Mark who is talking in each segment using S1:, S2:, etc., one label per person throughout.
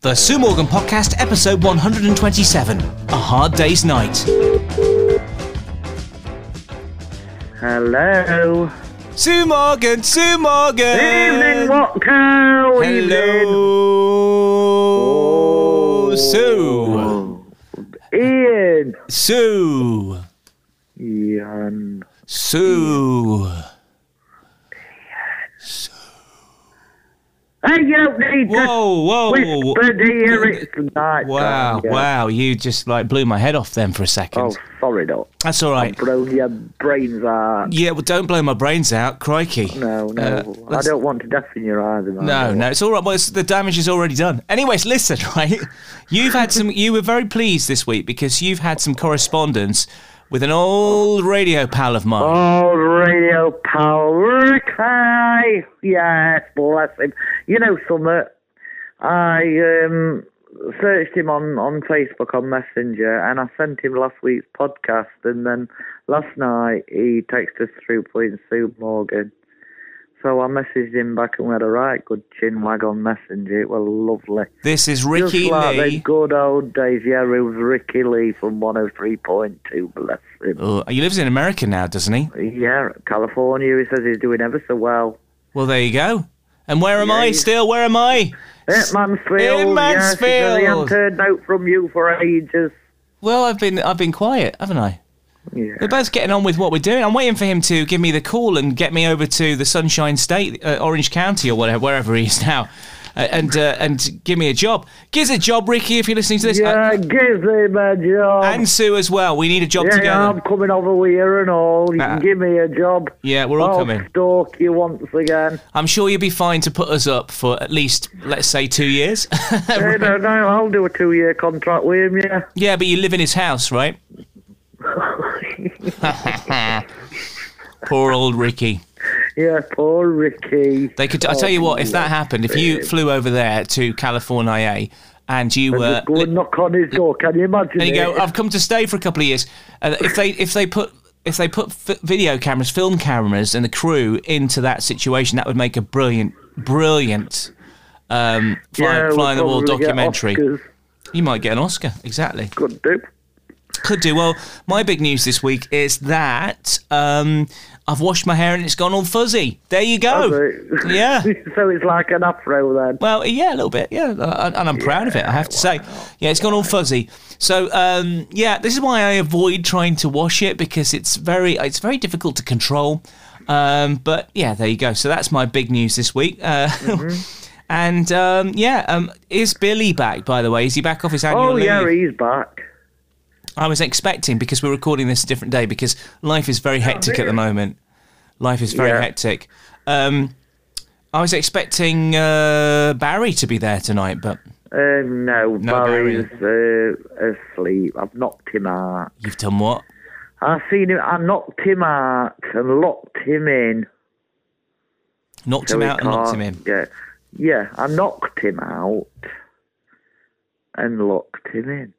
S1: The Sue Morgan Podcast, episode 127 A Hard Day's Night.
S2: Hello.
S1: Sue Morgan, Sue Morgan! Um,
S2: Evening, Watco. Evening.
S1: Hello! Sue!
S2: Ian.
S1: Sue!
S2: Ian.
S1: Sue!
S2: Hey, you don't need to
S1: Whoa, whoa, whoa.
S2: whisper, dear. It's night.
S1: Wow,
S2: time, yeah.
S1: wow, you just like blew my head off then for a second.
S2: Oh, sorry, not.
S1: That's alright.
S2: Blown your brains out.
S1: Yeah, well, don't blow my brains out, crikey.
S2: No,
S1: Uh,
S2: no. I
S1: let's-
S2: don't want to deafen your eyes. man.
S1: No, no, it's all right. Well, it's, the damage is already done. Anyways, listen, right? You've had some. You were very pleased this week because you've had some correspondence with an old radio pal of mine.
S2: Oh, radio pal Rick, hi. Yes, bless him. You know, Summer, I um, searched him on, on Facebook on Messenger and I sent him last week's podcast. And then last night he texted us through playing Sue Morgan. So I messaged him back and we had a right good chin wag on Messenger. It was lovely.
S1: This is Ricky
S2: Just like the
S1: Lee.
S2: good old days. Yeah, it was Ricky Lee from 103.2. Bless him.
S1: Oh, he lives in America now, doesn't he?
S2: Yeah, California. He says he's doing ever so well.
S1: Well, there you go. And where am I
S2: he's-
S1: still? Where am I?
S2: At Mansfield.
S1: In
S2: yes, he says
S1: Mansfield.
S2: he hasn't heard out from you for ages.
S1: Well, I've been I've been quiet, haven't I?
S2: Yeah.
S1: We're both getting on with what we're doing. I'm waiting for him to give me the call and get me over to the Sunshine State, uh, Orange County, or whatever, wherever he is now, uh, and uh, and give me a job. Give us a job, Ricky, if you're listening to this. Uh,
S2: Yeah, give him a job.
S1: and Sue as well. We need a job
S2: Oh. yeah,
S1: together.
S2: I'm coming over here and all. You
S1: Uh,
S2: can give me a job.
S1: Yeah, we're all
S2: I'll
S1: coming.
S2: stalk you once again.
S1: I'm sure you'll be fine to put us up for at least, let's say, two years.
S2: Hey, no, no, I'll do a two-year contract with him. Yeah.
S1: yeah, but you live in his house, right? Poor old Ricky.
S2: Yeah, poor Ricky.
S1: They could. I tell you what, if
S2: Oh,
S1: that happened, if you flew over there to California and you were
S2: Just go and knock on his door. Can you imagine?
S1: And you
S2: it?
S1: go, I've come to stay for a couple of years. Uh, if they if they put if they put f- video cameras, film cameras, and the crew into that situation, that would make a brilliant, brilliant um, fly,
S2: yeah,
S1: fly on the
S2: we'll
S1: wall
S2: probably get
S1: documentary.
S2: Oscars.
S1: You might get an Oscar, exactly.
S2: Could do.
S1: Could do well. My big news this week is that um, I've washed my hair and it's gone all fuzzy. There you go.
S2: Has it?
S1: Oh, Yeah.
S2: so it's like an afro then.
S1: Well, yeah, a little bit, yeah, uh, and and I'm proud of it. I have to say, yeah, it's gone all fuzzy. So, um, yeah, this is why I avoid trying to wash it because it's very, it's very difficult to control. Um, but yeah, there you go. So that's my big news this week. Uh, and um, yeah, um, is Billy back? By the way, is he back off his annual
S2: Oh
S1: leave?
S2: yeah, he's back.
S1: I was expecting because we're recording this a different day because life is very hectic at the moment. Life is very
S2: Oh, Yeah.
S1: hectic. Um, I was expecting uh, Barry to be there tonight, but
S2: Um, no,
S1: No,
S2: Barry's uh, asleep. I've knocked him out.
S1: you've done what?
S2: I seen him. I knocked him out and locked him in.
S1: Knocked
S2: so
S1: him
S2: he
S1: out and knocked him
S2: can't
S1: in.
S2: get- yeah, I knocked him out and locked him in.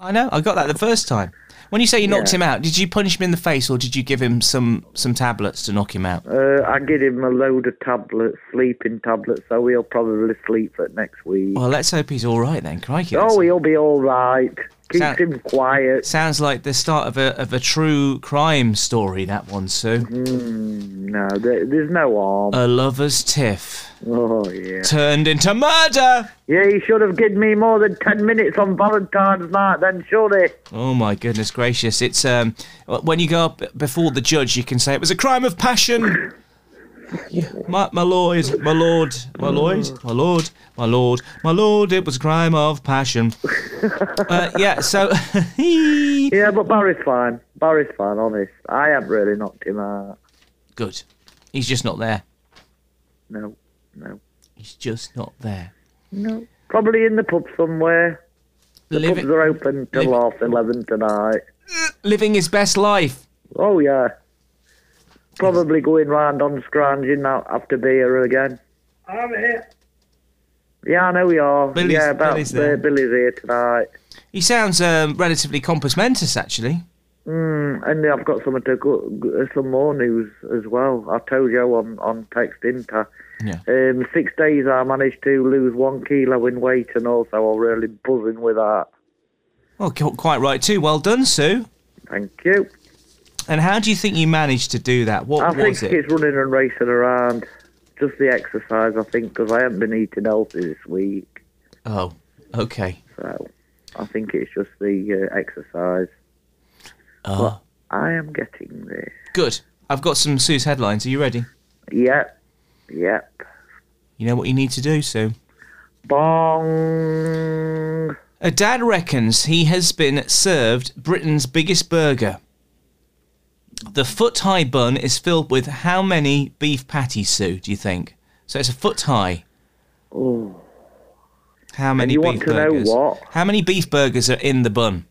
S1: I know. I got that the first time. When you say you knocked
S2: Yeah.
S1: him out, did you punish him in the face or did you give him some some tablets to knock him out?
S2: Uh, I give him a load of tablets, sleeping tablets, so he'll probably sleep for next week.
S1: Well, let's hope he's all right then. Crikey. that's-
S2: oh, he'll be all right. Keeps
S1: Sound-
S2: him quiet.
S1: Sounds like the start of a of a true crime story. That one,
S2: Mm-hmm.
S1: Sue.
S2: No, there, there's no harm.
S1: A lover's tiff
S2: oh yeah.
S1: turned into murder.
S2: Yeah, he should have given me more than 10 minutes on Valentine's night then, surely.
S1: Oh my goodness gracious! It's um when you go up before the judge, you can say it was a crime of passion. My, my lord, my lord, my lord, my lord, my lord, my lord, it was a crime of passion. Uh, yeah, so good.
S2: Yeah, but Barry's fine. Barry's fine, honest. I have really knocked him out.
S1: He's just not there.
S2: No, no,
S1: He's just not there.
S2: no. Probably in the pub somewhere. Pubs
S1: Living,
S2: are open till
S1: live
S2: half 11 tonight.
S1: living his best life.
S2: Oh, yeah. Probably going round on scrounging now after beer again. I'm here. Yeah, I know we are.
S1: Billy's-
S2: yeah, about
S1: Billy's there.
S2: uh, Billy's here tonight.
S1: He sounds um, relatively compass mentis, actually.
S2: Mm, and I've got some of the go- go- some more news as well. I told you on on text inter.
S1: Yeah.
S2: Um, six days I managed to lose one kilo in weight, and also I'm really buzzing with that.
S1: Well, Oh, qu- quite right too. Well done, Sue.
S2: Thank you.
S1: And how do you think you managed to do that? What
S2: I
S1: was
S2: think
S1: it?
S2: it's running and racing around. Just the exercise, I think, because I haven't been eating healthy this week.
S1: Oh, okay.
S2: So I think it's just the uh, exercise.
S1: Oh,
S2: I am getting there.
S1: good. I've got some Sue's headlines. Are you ready?
S2: Yep. Yep.
S1: You know what you need to do, Sue.
S2: Bong.
S1: A dad reckons he has been served Britain's biggest burger. The foot high bun is filled with how many beef patties, Sue, do you think? So it's a foot high.
S2: Oh.
S1: How many
S2: you
S1: beef
S2: want to know
S1: burgers?
S2: what?
S1: How many beef burgers are in the bun?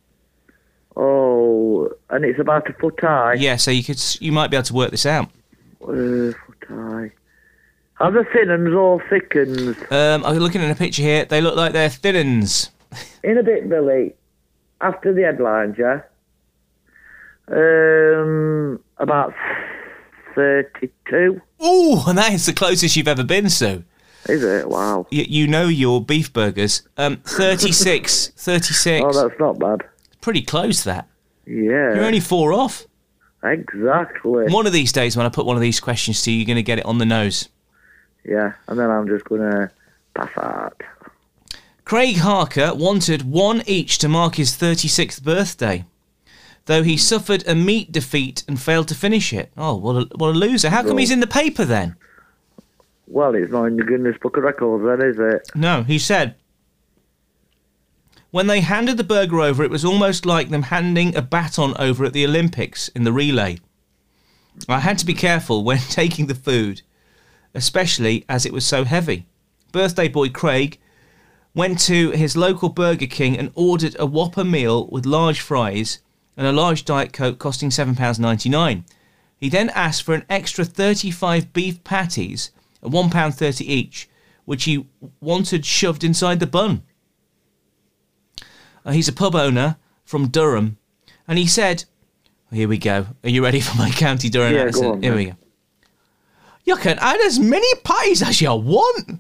S2: Oh. And it's about a foot high.
S1: Yeah, so you could s- you might be able to work this out.
S2: Uh, foot high. Are the thinnens all thickens?
S1: Um, I'm looking at a picture here. They look like they're thinnins.
S2: In a bit, Billy. After the headlines, yeah? Um, about 32,
S1: Ooh, and that is the closest you've ever been, Sue.
S2: is it? Wow.
S1: You, you know your beef burgers. Um, 36, 36.
S2: Oh, that's not bad.
S1: Pretty close, that.
S2: Yeah.
S1: You're only four off.
S2: Exactly.
S1: One of these days, when I put one of these questions to you, you're going to get it on the nose.
S2: Yeah, and then I'm just going to pass out.
S1: Craig Harker wanted one each to mark his 36th birthday, though he suffered a meat defeat and failed to finish it. Oh, what a, what a loser. How come he's in the paper then?
S2: Well, it's not in the Guinness Book of Records, then, is it?
S1: No, he said. When they handed the burger over, it was almost like them handing a baton over at the Olympics in the relay. I had to be careful when taking the food, especially as it was so heavy. Birthday boy Craig went to his local Burger King and ordered a Whopper meal with large fries and a large Diet Coke costing £7.99. He then asked for an extra 35 beef patties at £1.30 each, which he wanted shoved inside the bun. Uh, he's a pub owner from Durham, and he said, "Oh, Here we go. Are you ready for my County Durham
S2: Yeah, go
S1: accent?
S2: on,
S1: Here we go. You can add as many patties as you want.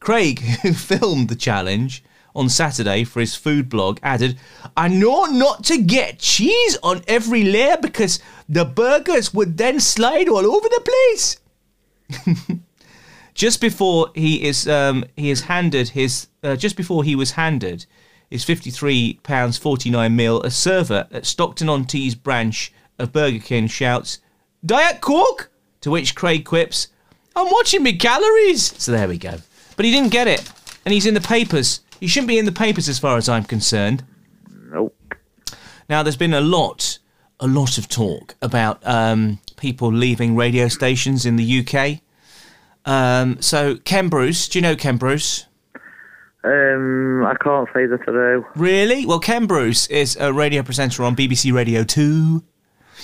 S1: Craig, who filmed the challenge on Saturday for his food blog, added, I know not to get cheese on every layer because the burgers would then slide all over the place. just before he is um, he is handed his uh, just before he was handed his fifty three pounds forty nine mil, a server at Stockton on Tees branch of Burger King shouts, "Diet Coke!" To which Craig quips, "I'm watching me calories." So there we go. But he didn't get it, and he's in the papers. He shouldn't be in the papers as far as I'm concerned.
S2: Nope.
S1: Now, there's been a lot, a lot of talk about um, people leaving radio stations in the UK. Um, so, Ken Bruce, do you know Ken Bruce?
S2: Um, I can't say that I do.
S1: Really? Well, Ken Bruce is a radio presenter on BBC Radio 2.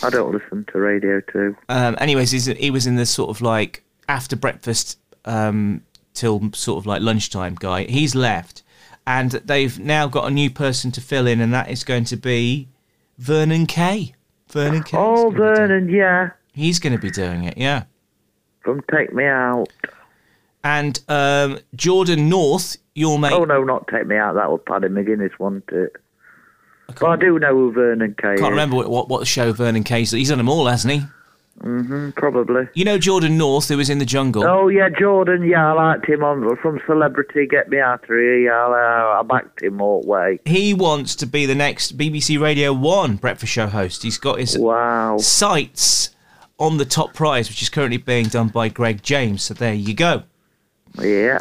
S2: I don't listen to radio too.
S1: Um, anyways, he's, he was in this sort of like after breakfast um, till sort of like lunchtime guy. He's left. And they've now got a new person to fill in, and that is going to be Vernon Kay. Vernon Kay.
S2: Oh, Vernon, yeah.
S1: He's going to be doing it, yeah.
S2: From Take Me Out.
S1: and um, Jordan North, your mate.
S2: Oh, no, not Take Me Out. That was Paddy McGuinness, wasn't it? But I do know who Vernon Kay
S1: can't
S2: is.
S1: remember what, what, what show Vernon Casey. He's done them all, hasn't he?
S2: Mm, Probably.
S1: You know Jordan North, who was in the jungle.
S2: Oh yeah, Jordan. Yeah, I liked him on from Celebrity Get Me Out of Here. Yeah, I, uh, I backed him all the way.
S1: He wants to be the next BBC Radio One breakfast show host. He's got his
S2: Wow.
S1: sights on the top prize, which is currently being done by Greg James. So there you go.
S2: Yeah.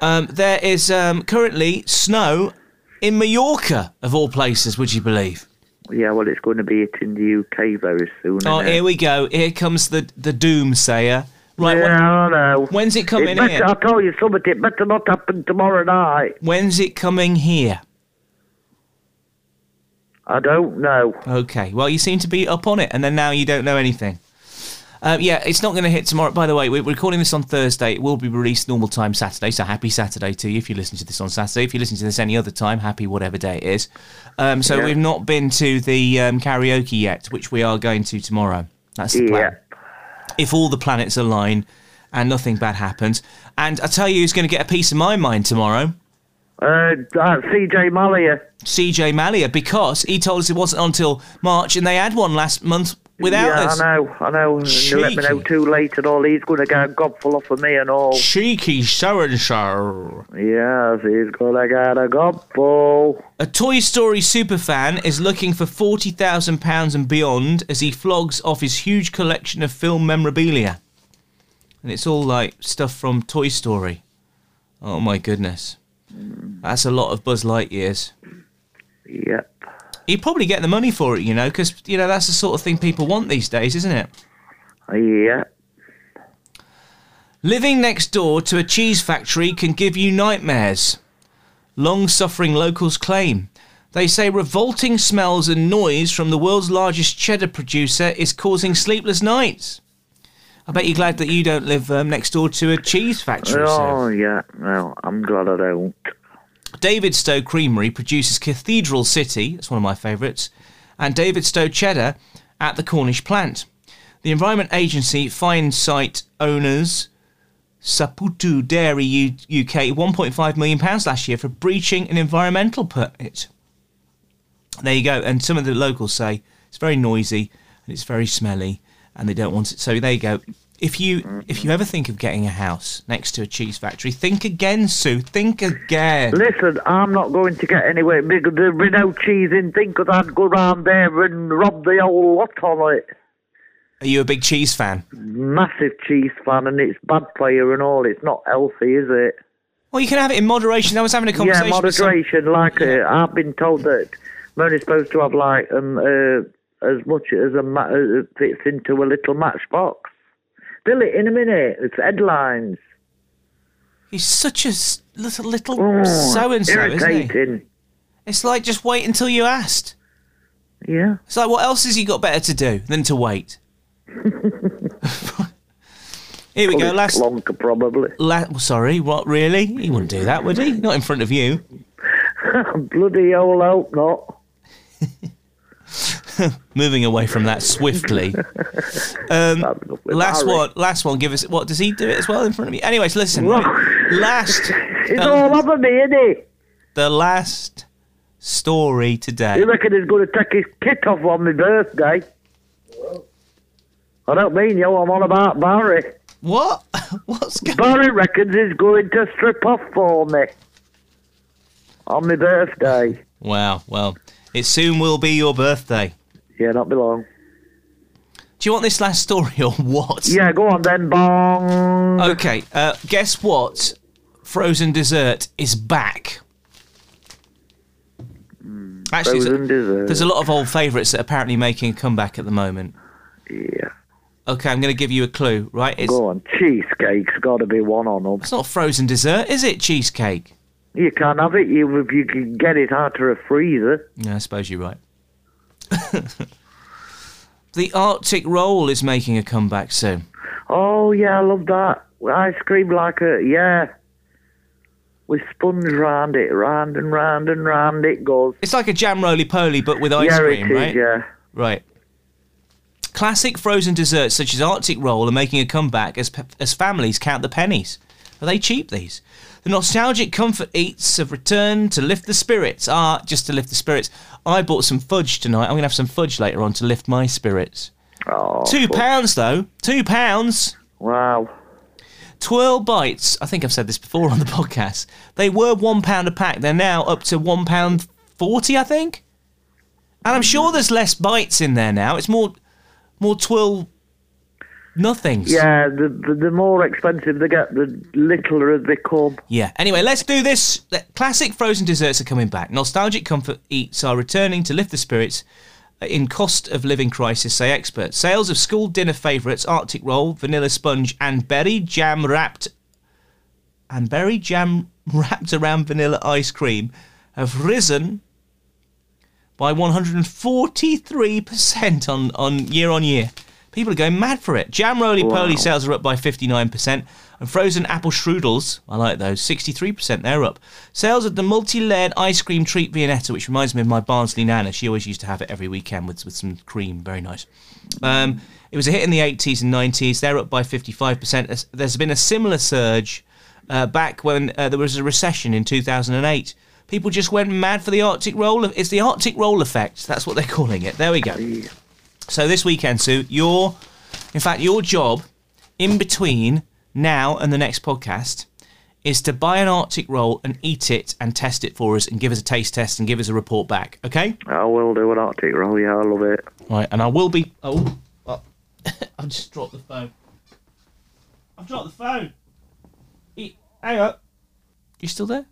S1: Um, there is um, currently snow in Mallorca, of all places. Would you believe?
S2: Yeah. Well, it's going to be it in the UK very soon.
S1: Oh,
S2: isn't it?
S1: here we go. Here comes the the doomsayer. Right.
S2: Yeah,
S1: when-
S2: I know.
S1: when's it coming
S2: It better,
S1: here?
S2: I'll tell you something. It better not happen tomorrow night.
S1: When's it coming here?
S2: I don't know.
S1: Okay. Well, you seem to be up on it, and then now you don't know anything. Um, yeah, it's not going to hit tomorrow. By the way, we're recording this on Thursday. It will be released normal time Saturday. So happy Saturday to you if you listen to this on Saturday. If you listen to this any other time, happy whatever day it is. Um, so
S2: Yeah.
S1: we've not been to the um, karaoke yet, which we are going to tomorrow. That's the plan.
S2: Yeah.
S1: If all the planets align and nothing bad happens. And I tell you who's going to get a piece of my mind tomorrow.
S2: Uh, that's CJ Mallia.
S1: CJ Malia because he told us it wasn't until March, and they had one last month without
S2: yeah,
S1: us.
S2: I know, I know. And you let me know
S1: Cheeky.
S2: too late and all. He's going to get a gobful off of me and all.
S1: Cheeky so and so.
S2: Yes, he's going to get a gobful.
S1: A Toy Story superfan is looking for forty thousand pounds and beyond as he flogs off his huge collection of film memorabilia, and it's all like stuff from Toy Story. Oh my goodness, that's a lot of Buzz Lightyears.
S2: Yep.
S1: You probably get the money for it, you know, because you know that's the sort of thing people want these days, isn't it?
S2: Yep.
S1: Living next door to a cheese factory can give you nightmares. Long suffering locals claim. They say revolting smells and noise from the world's largest cheddar producer is causing sleepless nights. I bet you're glad that you don't live um, next door to a cheese factory.
S2: Oh,
S1: sir.
S2: yeah. No, I'm glad I don't.
S1: David Stowe Creamery produces Cathedral City, that's one of my favourites, and David Stowe Cheddar at the Cornish plant. The Environment Agency fined site owners Saputu Dairy U- UK £1.5 million last year for breaching an environmental permit. There you go. And some of the locals say it's very noisy and it's very smelly and they don't want it. So there you go. If you if you ever think of getting a house next to a cheese factory, think again, Sue. Think again.
S2: Listen, I'm not going to get anywhere because there'd be no cheese in thing because I'd go round there and rob the whole lot on it.
S1: Are you a big cheese fan?
S2: Massive cheese fan and it's bad for you and all. It's not healthy, is it?
S1: Well, you can have it in moderation. I was having a
S2: Yeah,
S1: conversation. with some-
S2: moderation. Like uh, I've been told that I'm only supposed to have like um uh, as much as a ma- uh, fits into a little matchbox. Bill it in a minute. It's headlines.
S1: He's such a s- little little
S2: Oh,
S1: so and so, isn't he?
S2: irritating.
S1: It's like just wait until you asked.
S2: Yeah.
S1: It's like what else has he got better to do than to wait? Here we go.
S2: Well, it's
S1: Last,
S2: plonker, probably.
S1: la- sorry, what really? He wouldn't do that, would he? Not in front of you.
S2: Bloody old hope not.
S1: Moving away from that swiftly. Um,
S2: That'd be lovely.
S1: last
S2: Harry.
S1: one. Last one. Give us. What does he do it as well in front of you? Anyways, listen.
S2: Well-
S1: right, Last.
S2: It's
S1: um,
S2: all over me, isn't it?
S1: the last story today.
S2: You reckon he's going to take his kit off on my birthday? I don't mean you. I'm on about Barry.
S1: What? What's going?
S2: Barry reckons he's going to strip off for me on my birthday.
S1: Wow. Well, it soon will be your birthday.
S2: Yeah, not be long.
S1: Do you want this last story or what?
S2: Yeah, go on then, bong.
S1: Okay. Uh, guess what? Frozen dessert is back. Actually, there's a-
S2: Hmm, Frozen dessert.
S1: there's a lot of old favourites that are apparently making a comeback at the moment.
S2: Yeah,
S1: Okay, I'm going to give you a clue. Right? It's
S2: go on. Cheesecake's got to be one on them.
S1: it's not frozen dessert, is it? Cheesecake.
S2: You can't have it you, if you can get it out of a freezer.
S1: Yeah, I suppose you're right. the Arctic roll is making a comeback soon.
S2: Oh, yeah, I love that. Ice cream like a, yeah. With sponge round it, round and round and round it goes.
S1: It's like a jam roly poly, but with ice
S2: yeah,
S1: cream,
S2: it is,
S1: right?
S2: yeah.
S1: Right. Classic frozen desserts such as Arctic roll are making a comeback as pe- as families count the pennies. Are they cheap these? The nostalgic comfort eats have returned to lift the spirits. Ah, just to lift the spirits. I bought some fudge tonight. I'm gonna have some fudge later on to lift my spirits.
S2: Oh,
S1: Two pounds though. Two pounds.
S2: wow.
S1: Twirl bites. I think I've said this before on the podcast. They were one pound a pack. They're now up to one pound forty, I think. And I'm sure there's less bites in there now. It's more, more twirl, nothings.
S2: Yeah, the, the the more expensive they get, the littler they come.
S1: Yeah. Anyway, let's do this. Le- Classic frozen desserts are coming back. Nostalgic comfort eats are returning to lift the spirits uh, in cost of living crisis, say experts. Sales of school dinner favourites Arctic roll, vanilla sponge, and berry jam wrapped and berry jam wrapped around vanilla ice cream have risen by 143% on, on year on year People are going mad for it. Jam roly poly sales are up by 59%, and frozen apple strudels, I like those, 63%, they're up. Sales at the multi layered ice cream treat Viennetta, which reminds me of my Barnsley Nana. She always used to have it every weekend with, with some cream. Very nice. Um, it was a hit in the 80s and 90s. They're up by 55%. There's- There's been a similar surge uh, back when uh, there was a recession in 2008. People just went mad for the Arctic roll. It's the Arctic roll effect. That's what they're calling it. There we go. So this weekend, Sue, your, in fact, your job in between now and the next podcast is to buy an Arctic roll and eat it and test it for us and give us a taste test and give us a report back. Okay.
S2: I will do an Arctic roll. Yeah, I love it.
S1: Right, and I will be. Oh, well, I've just dropped the phone. I've dropped the phone. E- Hang on. You still there?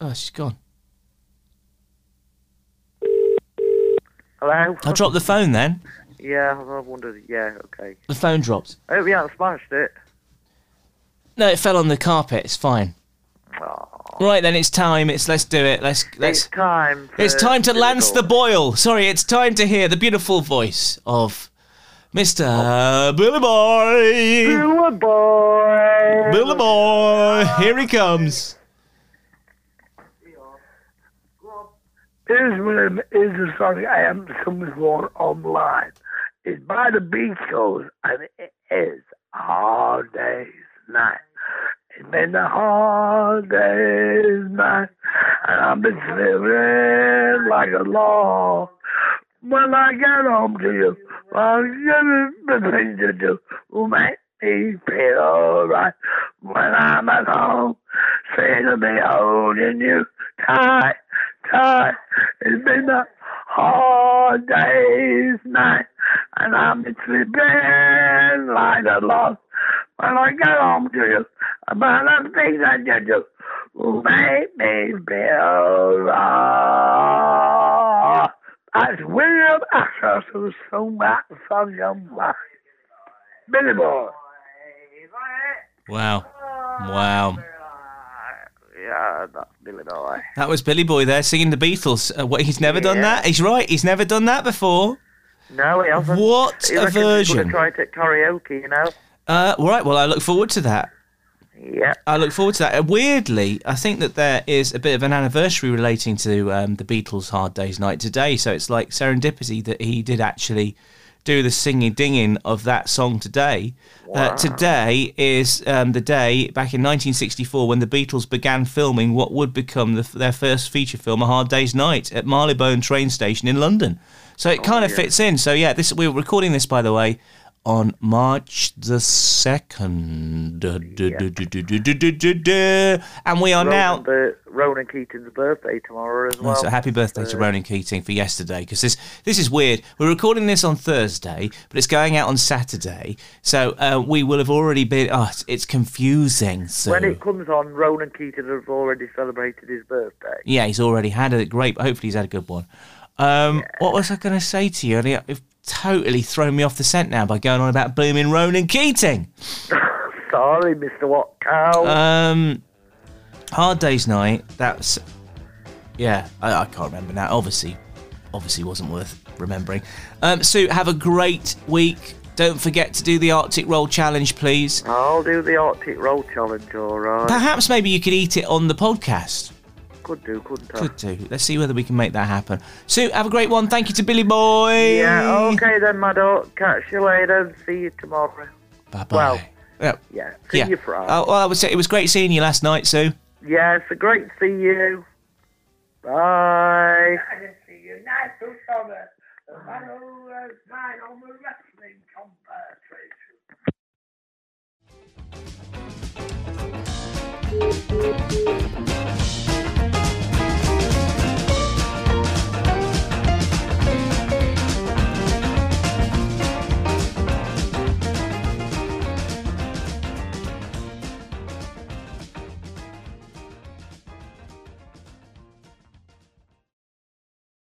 S1: Oh, she's gone.
S2: Hello.
S1: I dropped the phone then.
S2: Yeah, I wondered. Yeah, okay.
S1: The phone dropped.
S2: Oh yeah, I smashed it.
S1: No, it fell on the carpet. It's fine. Right then, it's time. It's let's do it. Let's
S2: It's
S1: let's.
S2: time. for-
S1: It's time to lance the boil. Sorry, it's time to hear the beautiful voice of Mr. Billy Boy.
S2: You a boy.
S1: Billy Boy, here he comes.
S3: His name is the song I am someone's worn online. It's by the Beatles and it is Hard Day's Night. It's been a hard day's night and I've been sleeping like a log. When I get home to you, I'll give you the things to do will make me feel alright. When I'm at home, say to me, holding you tight, tight. It's been a hard day's night, and I've been sleeping like a lost. When I get home to you, about the things that you do will make me feel
S2: Uh,
S3: right. That's William Asher, who sung that song on my Billy Boy.
S1: Wow. Wow.
S3: Yeah, that's Billy Boy.
S1: That was Billy Boy there singing the Beatles. Uh, what he's never done that. He's right. He's never done that before.
S2: No, he hasn't.
S1: What
S2: He
S1: a
S2: reckons he's gonna
S1: version.
S2: Try it at karaoke, you know.
S1: Uh, all right. Well, I look forward to that.
S2: Yeah.
S1: I look forward to that. Uh, weirdly, I think that there is a bit of an anniversary relating to um, the Beatles' Hard Day's Night today. So it's like serendipity that he did actually do the singing dinging of that song today. Uh, today is um, the day back in 1964 when the Beatles began filming what would become the, their first feature film, A Hard Day's Night, at Marylebone train station in London. So it kind of fits in. So yeah, this we were recording this by the way on March the second, and we are now.
S2: Ronan, the, Ronan Keating's birthday tomorrow as well.
S1: So happy birthday to Ronan Keating for yesterday because this this is weird. We're recording this on Thursday, but it's going out on Saturday, so uh, we will have already been. Oh, it's, it's confusing. So
S2: When it comes on, Ronan Keating has already celebrated his birthday.
S1: yeah, he's already had a grape. Hopefully, he's had a good one. Um, What was I going to say to you? And it- You've totally thrown me off the scent now by going on about blooming Ronan Keating.
S2: Sorry, Mr. What Cow.
S1: Um, Hard Day's Night. That's yeah. I, I can't remember now. Obviously, obviously wasn't worth remembering. Um, Sue, have a great week. Don't forget to do the Arctic Roll challenge, please.
S2: I'll do the Arctic Roll Challenge, all right.
S1: Perhaps maybe you could eat it on the podcast.
S2: Could do, couldn't I?
S1: Could do. Let's see whether we can make that happen. Sue, have a great one. Thank you to Billy Boy.
S2: Yeah, okay then, my dog. Catch you later. See you tomorrow.
S1: Bye
S2: Well,
S1: bye. Yeah.
S2: Yeah, see
S1: Yeah.
S2: you Friday.
S1: Oh, well, I would say it was great seeing you last night, Sue.
S2: Yeah, it's a great to see you. Bye.